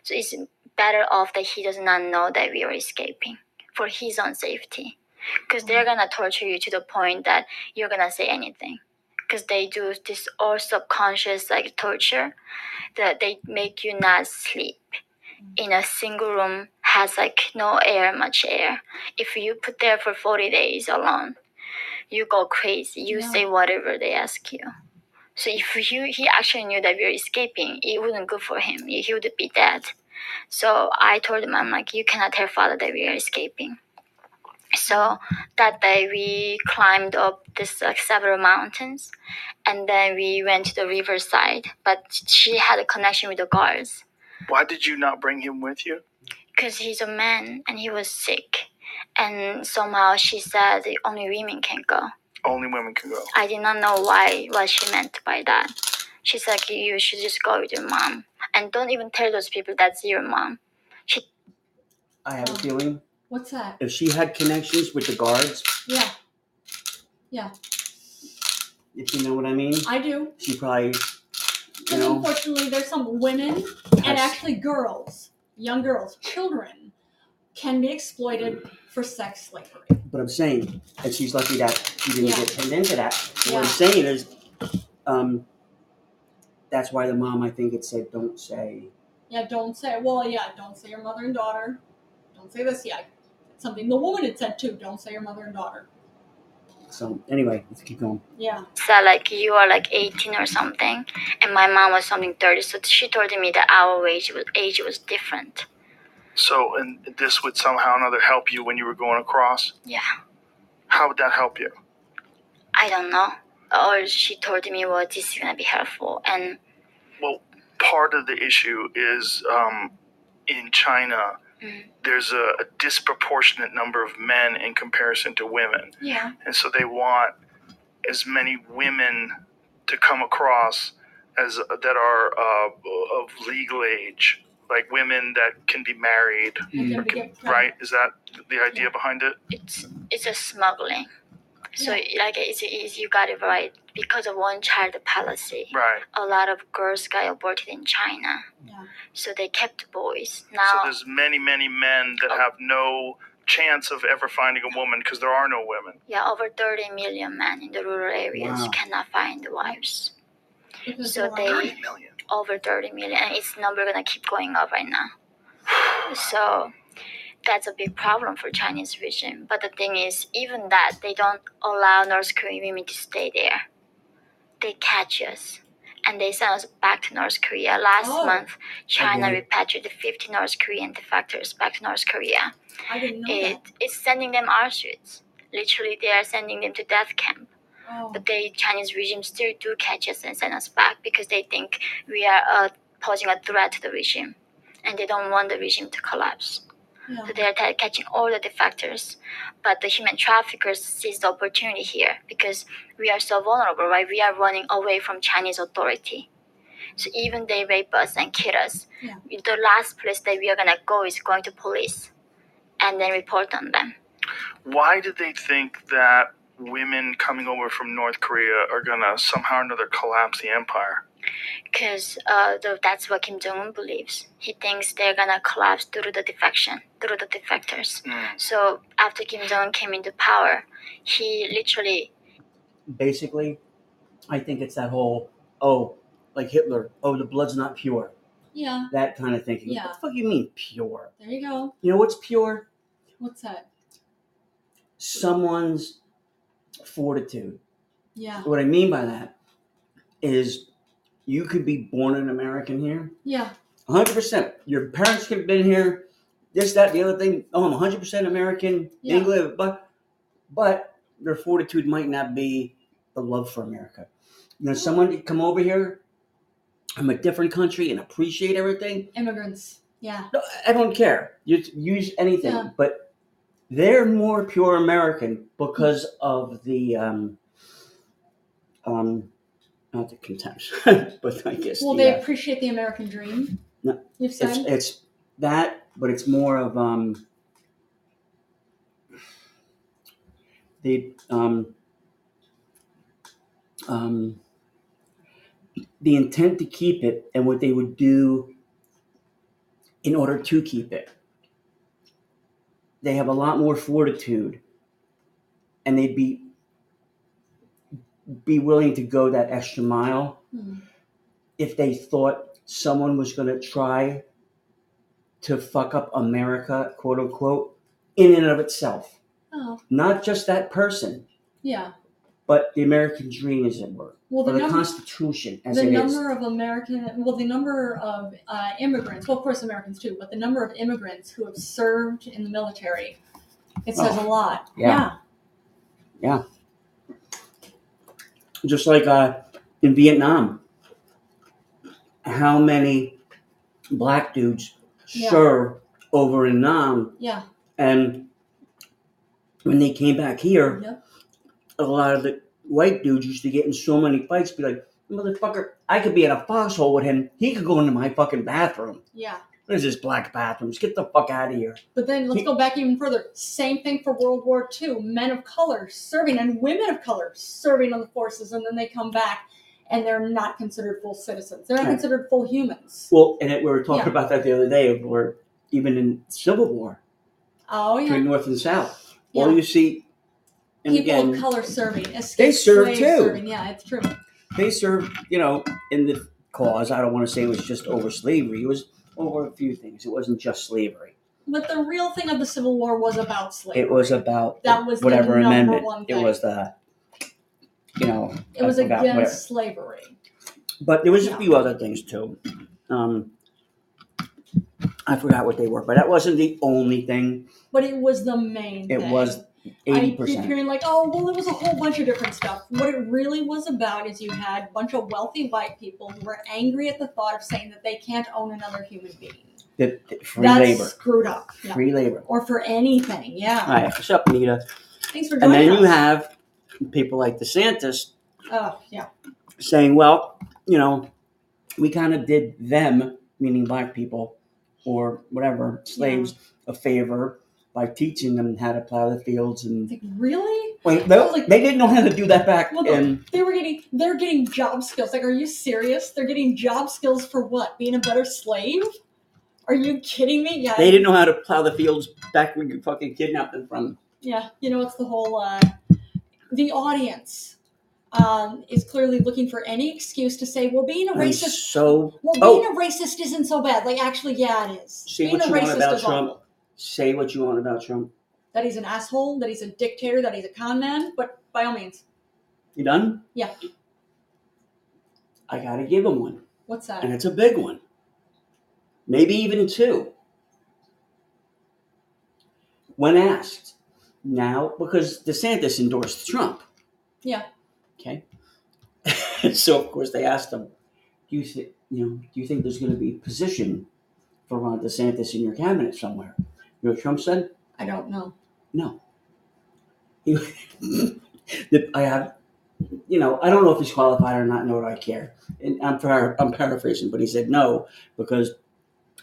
E: So it's better off that he does not know that we are escaping for his own safety. Because they're gonna torture you to the point that you're gonna say anything. Because they do this all subconscious like torture that they make you not sleep in a single room has like no air much air if you put there for 40 days alone you go crazy you
C: Yeah.
E: say whatever they ask you so if you, he actually knew that we were escaping it wouldn't good for him he would be dead So I told him, I'm like, you cannot tell father that we are escaping. So that day we climbed up this like several mountains, and then we went to the riverside. But she had a connection with the guards
F: Why did you not bring him with you?
E: because he's a man and he was sick. And somehow she said only women can go.
F: Only women can go.
E: I did not know why what she meant by that. She's like, you should just go with your mom, and don't even tell those people that's your mom.
B: I have a feeling
C: What's that?
B: if she had connections with the guards,
C: Yeah,
B: if you know what I mean,
C: I do.
B: she probably, you
C: Because
B: know,
C: unfortunately, there's some women and
B: has-
C: actually girls, young girls, children, can be exploited for sex slavery.
B: but I'm saying, and she's lucky that she didn't
C: Yeah.
B: get pinned into that. What I'm
C: Yeah.
B: saying is, um, that's why the mom, I think it said, don't say.
C: Yeah, don't say. Well, yeah, don't say your mother and daughter. Don't say this. Yeah, it's something the woman had said too. Don't say your mother and daughter.
B: So anyway, let's keep going.
C: Yeah,
E: Said like you are like 18 or something, and my mom was something 30. So she told me that our age was age was different.
F: So, and this would somehow or another help you when you were going across?
E: Yeah.
F: How would that help you?
E: I don't know. Or she told me, well, this is gonna be helpful. And
F: Part of the issue is um, in China,
E: Mhm.
F: there's a, a disproportionate number of men in comparison to women.
E: yeah,
F: And so they want as many women to come across as that are uh, of legal age, like women that can be married,
C: Like
B: Hmm.
C: them to get pregnant.
F: right? Is that the idea
C: Yeah.
F: behind it?
E: it's it's a smuggling. So like it's, it's you got it right because of one child policy.
F: Right.
E: a lot of girls got aborted in China.
C: Yeah.
E: So they kept boys.
F: So
E: Now,
F: there's many, many men that have no chance of ever finding a woman because there are no women.
E: yeah, over 30 million men in the rural areas
B: Wow.
E: cannot find wives.
C: because
E: So
C: why?
E: they-
F: 30 million.
E: Over 30 million, and its number gonna keep going up right now. So that's a big problem for Chinese region. But the thing is, even that, they don't allow North Korean women to stay there. They catch us. And they send us back to North Korea. Last
C: Oh.
E: month, China
B: Okay.
E: repatriated 50 North Korean defectors back to North Korea.
C: I didn't know
E: it
C: that.
E: is sending them Auschwitz. Literally, they are sending them to death camp.
C: Oh,
E: But the Chinese regime still do catch us and send us back because they think we are uh, posing a threat to the regime, and they don't want the regime to collapse.
C: yeah.
E: So they are ta- catching all the defectors. But the human traffickers seize the opportunity here because we are so vulnerable, right? We are running away from Chinese authority. So even they rape us and kill us,
C: Yeah.
E: the last place that we are gonna go is going to police, and then report on them.
F: Why did they think that women coming over from North Korea are going to somehow or another collapse the empire?
E: Because uh, the, that's what Kim Jong Un believes. He thinks they're gonna collapse through the defection, through the defectors.
F: Mm.
E: So after Kim Jong Un came into power, he literally
B: Basically, I think it's that whole oh, like Hitler, oh the blood's not pure,
C: Yeah,
B: that kind of thinking.
C: Yeah.
B: What the fuck you mean pure?
C: there you go.
B: You know what's pure?
C: What's that?
B: Someone's fortitude.
C: Yeah,
B: What I mean by that is you could be born an American here,
C: yeah,
B: 100%. Your parents could have been here, this, that, the other thing. Oh, I'm 100% American,
C: Yeah.
B: English, but, but their fortitude might not be the love for America. You know, someone could come over here from a different country and appreciate everything.
C: immigrants. Yeah,
B: No, I don't care. You use anything,
C: Yeah.
B: but they're more pure American because of the um, um, not the contempt, [laughs] but I guess
C: well,
B: the,
C: they
B: uh,
C: appreciate the American dream.
B: No,
C: You've said
B: it's it's that, but it's more of um, the um, um, the intent to keep it and what they would do in order to keep it. They have a lot more fortitude, and they'd be be willing to go that extra mile
C: Hmm.
B: if they thought someone was going to try to fuck up America, quote unquote, in and of itself.
C: Oh,
B: Not just that person,
C: yeah,
B: but the American dream is at work,
C: Well, the
B: or the
C: number-
B: Constitution as
C: the
B: it is.
C: number of American, well, the number of uh, immigrants, well, of course, Americans too, but the number of immigrants who have served in the military, it says a lot.
B: Oh. yeah. Just like uh, in Vietnam, how many black dudes
C: Yeah.
B: served over in Nam,
C: Yeah.
B: and when they came back here,
C: yeah. Yep.
B: a lot of the white dudes used to get in so many fights, be like, motherfucker, I could be in a foxhole with him. He could go into my fucking bathroom.
C: Yeah.
B: What is this black bathrooms? Get the fuck out of here.
C: But then let's go back even further. Same thing for World War II. Men of color serving and women of color serving on the forces, and then they come back and they're not considered full citizens. They're not
B: Right.
C: considered full humans.
B: Well, and it, we were talking
C: Yeah.
B: about that the other day, where even in Civil War
C: Oh yeah.
B: between North and South, all
C: Yeah.
B: you see, and
C: People
B: again,
C: of color serving. escaped
B: They serve
C: slaves
B: too.
C: Serving. Yeah, it's true.
B: they served, you know, in the cause. I don't want to say it was just over slavery. It was over a few things. It wasn't just slavery.
C: But the real thing of the Civil War was about slavery.
B: It was about
C: That was the
B: whatever
C: number
B: amendment.
C: one
B: It
C: thing.
B: was the, you know,
C: It was
B: I forgot
C: against
B: whatever.
C: slavery.
B: But there was a
C: Yeah.
B: few other things too. Um, I forgot what they were, but that wasn't the only thing.
C: But it was the main
B: It
C: thing.
B: was eighty
C: I keep
B: percent.
C: hearing like, oh, well, it was a whole bunch of different stuff. What it really was about is you had a bunch of wealthy white people who were angry at the thought of saying that they can't own another human being.
B: The, the free
C: That's
B: labor,
C: screwed up. Yeah.
B: free labor.
C: Or for anything, yeah.
B: All right, what's up, Nita?
C: Thanks for
B: And
C: joining
B: then you
C: us.
B: have people like DeSantis
C: oh, yeah.
B: saying, "Well, you know, we kind of did them, meaning black people or whatever slaves, a favor." By teaching them how to plow the fields and
C: Like, really?
B: wait, they,
C: Like-
B: they didn't know how to do that back
C: Well,
B: in
C: They were getting they're getting job skills. Like, are you serious? They're getting job skills for what? Being a better slave? Are you kidding me? Yeah.
B: They didn't know how to plow the fields back when you fucking kidnapped them from.
C: Yeah, you know, it's the whole uh, the audience um, is clearly looking for any excuse to say, "Well, being a
B: I'm
C: racist,
B: so
C: well,
B: oh.
C: being a racist isn't so bad." Like, actually, yeah, it is.
B: Say
C: being
B: what
C: a
B: you want
C: racist
B: about
C: is
B: Trump.
C: awful.
B: say what you want about Trump.
C: That he's an asshole. That he's a dictator. That he's a con man. But by all means,
B: You done?
C: Yeah.
B: I gotta give him one,
C: what's
B: and
C: that?
B: it's a big one. Maybe even two. When asked, now because DeSantis endorsed Trump.
C: Yeah.
B: Okay. [laughs] so of course they asked him, "Do you think you know? Do you think there's going to be a position for Ron DeSantis in your cabinet somewhere?" You know, what Trump said,
C: I don't know.
B: "No." He, [laughs] the, I have, you know, I don't know if he's qualified or not, nor do I care. And I'm par- I'm paraphrasing, but he said no because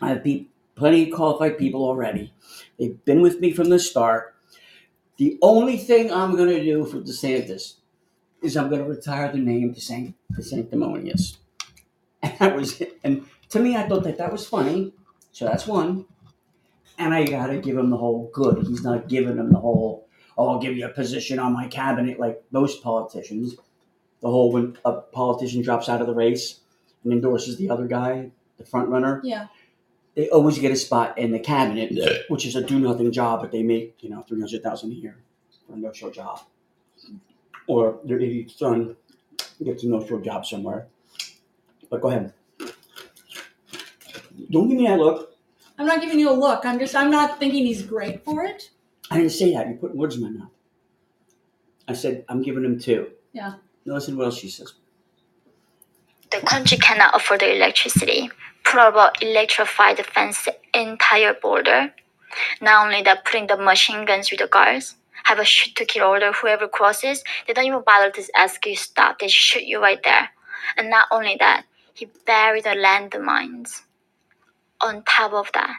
B: I have pe- plenty of qualified people already. They've been with me from the start. The only thing I'm going to do for DeSantis is I'm going to retire the name to San- to Sanctimonious. And that was it. And to me, I thought that that was funny. So that's one. And I got to give him the whole good. He's not giving him the whole, oh, I'll give you a position on my cabinet like most politicians. The whole when a politician drops out of the race and endorses the other guy, the front runner,
C: Yeah,
B: they always get a spot in the cabinet, which is a do nothing job, but they make you know three hundred thousand a year for a no show job, or their idiot son gets a no show job somewhere. But go ahead. Don't give me that look.
C: I'm not giving you a look. I'm just I'm not thinking he's great for it.
B: I didn't say that. You're putting words in my mouth. I said I'm giving him two.
C: Yeah.
B: No, listen to what else she says.
E: The country cannot afford the electricity. Probably electrify the fence entire border. Not only that, putting the machine guns with the cars. Have a shoot to kill order. Whoever crosses, they don't even bother to ask you stop. They shoot you right there. And not only that, he buried the landmines. On top of that,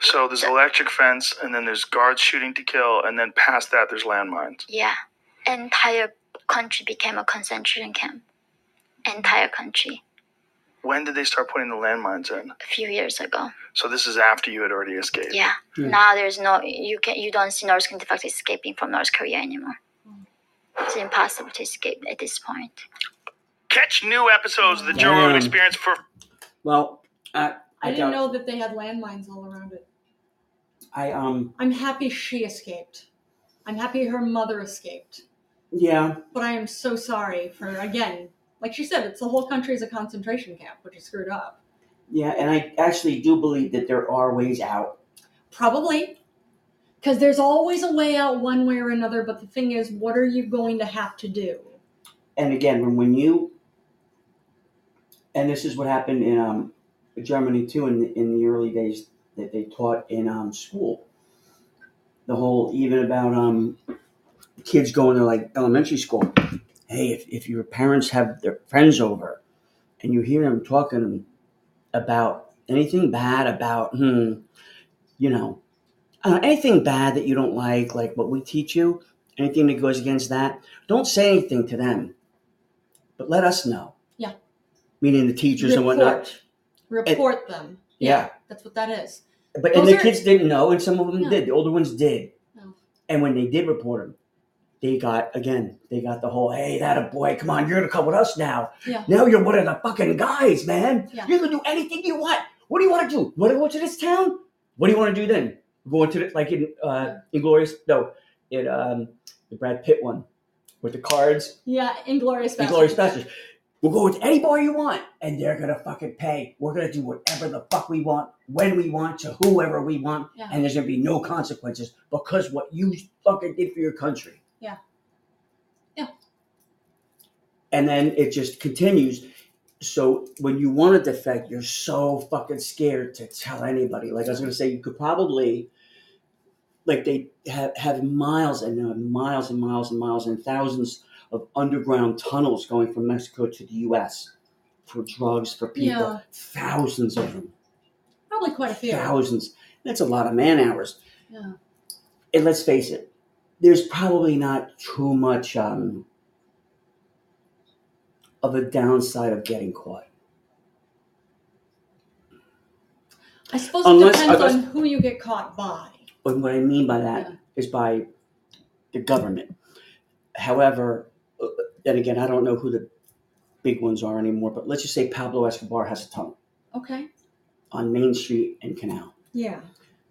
F: So there's electric fence, and then there's guards shooting to kill, and then past that there's landmines.
E: yeah, entire country became a concentration camp. Entire country
F: When did they start putting the landmines in?
E: a few years ago.
F: So this is after you had already escaped.
E: Yeah.
B: Hmm.
E: Now there's no you can you don't see North Korea in fact escaping from North Korea anymore. It's impossible to escape at this point.
F: Catch new episodes of the Joe
B: Damn.
F: Rogan Experience for
B: Well, I
C: I,
B: I,
C: didn't
B: doubt-
C: know that they had landmines all around it.
B: I um
C: I'm happy she escaped. I'm happy her mother escaped.
B: Yeah.
C: But I am so sorry for again, like she said, it's the whole country is a concentration camp, which is screwed up.
B: Yeah. And I actually do believe that there are ways out.
C: Probably. Because there's always a way out one way or another, but the thing is, what are you going to have to do?
B: And again, when, when you, and this is what happened in um, Germany too in the, in the early days that they taught in um, school. The whole, even about um, kids going to like elementary school. Hey, if, if your parents have their friends over and you hear them talking about anything bad about, hmm, you know, uh, anything bad that you don't like, like what we teach you, anything that goes against that, don't say anything to them, but let us know.
C: Yeah.
B: Meaning the teachers and whatnot.
C: Report them.
B: Yeah.
C: That's what that is.
B: But and the
C: Those are-
B: kids didn't know, and some of them
C: Yeah.
B: did. The older ones did.
C: No.
B: And when they did report them, they got again. They got the whole, "Hey, that a boy! Come on, you're gonna come with us now.
C: Yeah.
B: Now you're one of the fucking guys, man.
C: Yeah.
B: You're gonna do anything you want. What do you want to do? Want to go to this town? What do you want to do then? Go into the, like in uh, Inglorious? No, in um, the Brad Pitt one with the cards.
C: Yeah, Inglorious
B: Inglorious Bastards. We'll go with any bar you want, and they're gonna fucking pay. We're gonna do whatever the fuck we want, when we want, to whoever we want,
C: Yeah.
B: and there's gonna be no consequences because what you fucking did for your country.
C: Yeah. Yeah.
B: And then it just continues. So when you want to defect, you're so fucking scared to tell anybody. Like I was gonna say, you could probably, like they have have miles and uh, miles and miles and miles and thousands of underground tunnels going from Mexico to the U.S. for drugs for people.
C: Yeah.
B: Thousands of them.
C: Probably quite a few.
B: Thousands. That's a lot of man hours.
C: Yeah.
B: And let's face it, there's probably not too much um, of a downside of getting caught.
C: I suppose
B: Unless-
C: it depends
B: unless-
C: on who you get caught by.
B: And what I mean by that is
C: Yeah.
B: by the government. However, uh, and again, I don't know who the big ones are anymore, but let's just say Pablo Escobar has a tunnel
C: Okay.
B: on Main Street and Canal.
C: Yeah.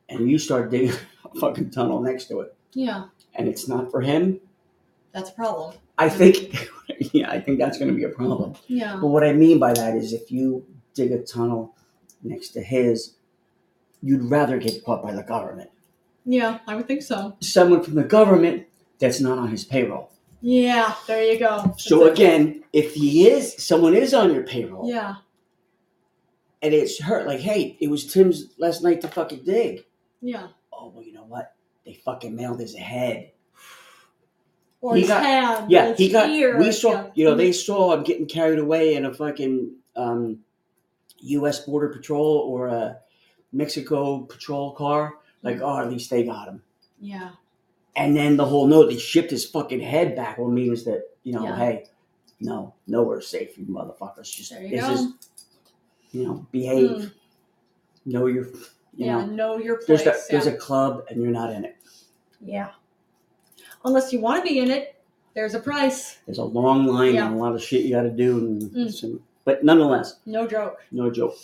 B: And you start digging [laughs] a fucking tunnel next to it,
C: Yeah.
B: and it's not for him.
C: That's a problem.
B: I think, [laughs] yeah, I think that's going to be a problem.
C: Yeah.
B: But what I mean by that is if you dig a tunnel next to his, you'd rather get caught by the government.
C: Yeah, I would think so.
B: Someone from the government that's not on his payroll.
C: Yeah, there you go. That's
B: So
C: it.
B: again, if he is someone is on your payroll
C: Yeah.
B: and it's hurt, like, hey, it was Tim's last night to fucking dig.
C: Yeah.
B: Oh well, you know what? They fucking mailed his head.
C: Or
B: He
C: his
B: got-
C: hand.
B: Yeah,
C: his
B: he got.
C: ear,
B: we saw,
C: yeah. Mm-hmm.
B: you know, they saw him getting carried away in a fucking um, U.S. Border Patrol or a Mexico Patrol car.
C: Mm-hmm.
B: Like, oh, at least they got him.
C: Yeah.
B: And then the whole no, they shipped his fucking head back. Well, means that you know,
C: Yeah.
B: hey, no, nowhere safe, you motherfuckers. Just
C: There you
B: this
C: go.
B: is, you know, behave.
C: Mm.
B: Know your, you
C: yeah.
B: know,
C: know your
B: there's
C: place.
B: that.
C: yeah.
B: There's a club, and you're not in it.
C: yeah. Unless you want to be in it, there's a price.
B: There's a long line
C: Yeah.
B: and a lot of shit you got to do. And
C: Mm.
B: some, but nonetheless,
C: No joke.
B: No joke.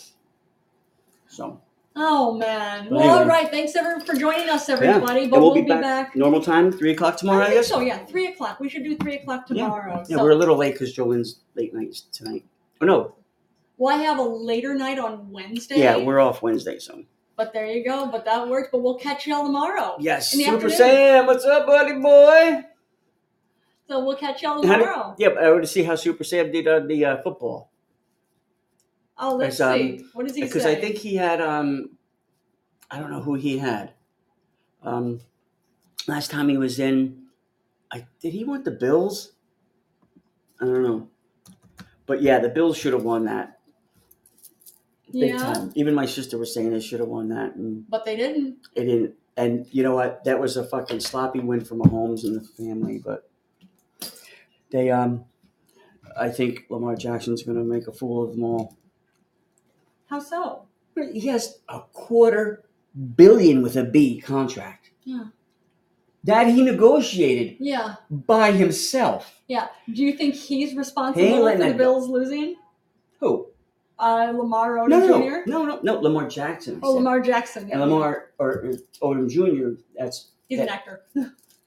B: So
C: Oh man.
B: But
C: well,
B: anyway.
C: all right. Thanks everyone for joining us, everybody. But
B: and
C: we'll, be back.
B: normal time, three o'clock
C: I
B: tomorrow. I
C: think
B: guess.
C: so. Yeah, three o'clock. We should do three o'clock
B: Yeah.
C: tomorrow.
B: Yeah,
C: so,
B: we're a little late because Jolene's late nights tonight. Oh no,
C: well, I have a later night on Wednesday.
B: yeah, we're off Wednesday, so
C: But there you go. But that worked. But we'll catch y'all tomorrow.
B: yes,
C: In the
B: Super
C: afternoon.
B: Sam, what's up, buddy boy?
C: So we'll catch y'all
B: How did-
C: tomorrow.
B: Yep, I want to see how Super Sam did on the uh, football
C: Oh, let's
B: It's, um,
C: see. What does he say?
B: because I think he had um, I don't know who he had. Um, last time he was in, I did he want the Bills? I don't know, but yeah, the Bills should have won that. Big
C: yeah,
B: time. Even my sister was saying they should have won that, and
C: but they didn't.
B: it didn't. And you know what? That was a fucking sloppy win for Mahomes and the family. But they, um, I think Lamar Jackson's going to make a fool of them all.
C: How so?
B: But He has a quarter billion with a B contract.
C: Yeah.
B: That he negotiated
C: Yeah,
B: by himself.
C: yeah. Do you think he's responsible
B: Hey, let
C: for the
B: that go.
C: Bills losing?
B: Who?
C: Uh, Lamar Odom
B: No, no,
C: Jr.
B: no, no, no, no. Lamar Jackson. I
C: Oh,
B: said.
C: Lamar Jackson. Yeah.
B: and Lamar or, or Odom Jr. That's
C: He's an actor.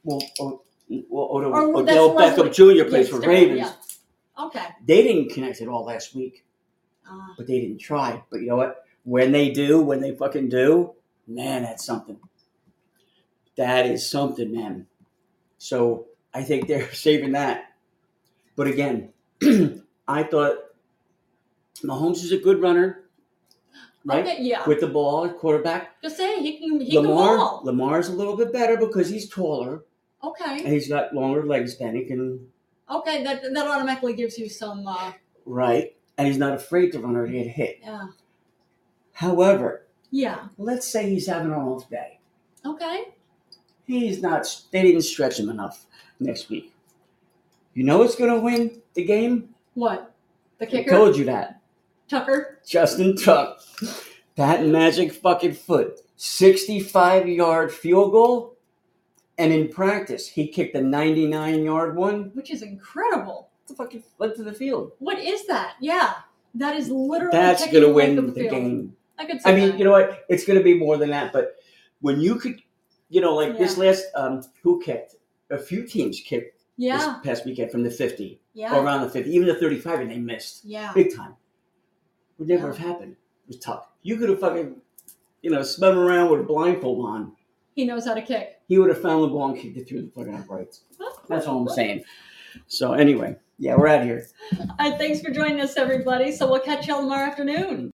B: well, oh, well, Odo,
C: Or that's
B: Odell
C: Leslie-
B: Beckham Jr. plays
C: yes,
B: for
C: there-
B: Ravens.
C: yeah. Okay.
B: They didn't connect at all last week,
C: Uh,
B: but they didn't try. But you know what? When they do, when they fucking do, man, that's something. That is something, man. So I think [laughs] they're saving that. But again, [clears throat] I thought Mahomes is a good runner, right?
C: okay, Yeah.
B: With the ball, at quarterback.
C: Just say he can. He
B: Lamar,
C: can ball.
B: Lamar's a little bit better because he's taller
C: Okay.
B: and he's got longer legs than he can
C: Okay. That that automatically gives you some. Uh,
B: right, and he's not afraid to run or get hit.
C: yeah.
B: However,
C: Yeah.
B: let's say he's having an off day.
C: Okay.
B: He's not. They didn't stretch him enough next week. You know what's going to win the game?
C: What? The
B: I
C: kicker.
B: told you that.
C: Tucker.
B: Justin Tuck, that magic fucking foot, 65 yard field goal. And in practice, he kicked a 99 yard one.
C: Which is incredible.
B: What the fucking fled to the field.
C: What is that? Yeah. That is literally.
B: That's
C: taking
B: going to
C: away
B: win
C: the,
B: the,
C: field.
B: game.
C: I could. See
B: I mean,
C: that.
B: you know what? It's going to be more than that. But when you could, you know, like this last, um, who kicked? A few teams kicked this
C: Yeah.
B: past weekend from the 50,
C: Yeah.
B: or around the 50, even the 35, and they missed.
C: Yeah.
B: big time. Would never
C: Yeah.
B: have happened. It was tough. You could have fucking, you know, spun around with a blindfold on.
C: He knows how to kick.
B: He would have found the ball and kicked it through the fucking uprights. That's all I'm saying. So anyway, yeah, we're out of here.
C: All right, thanks for joining us, everybody. So we'll catch y'all tomorrow afternoon.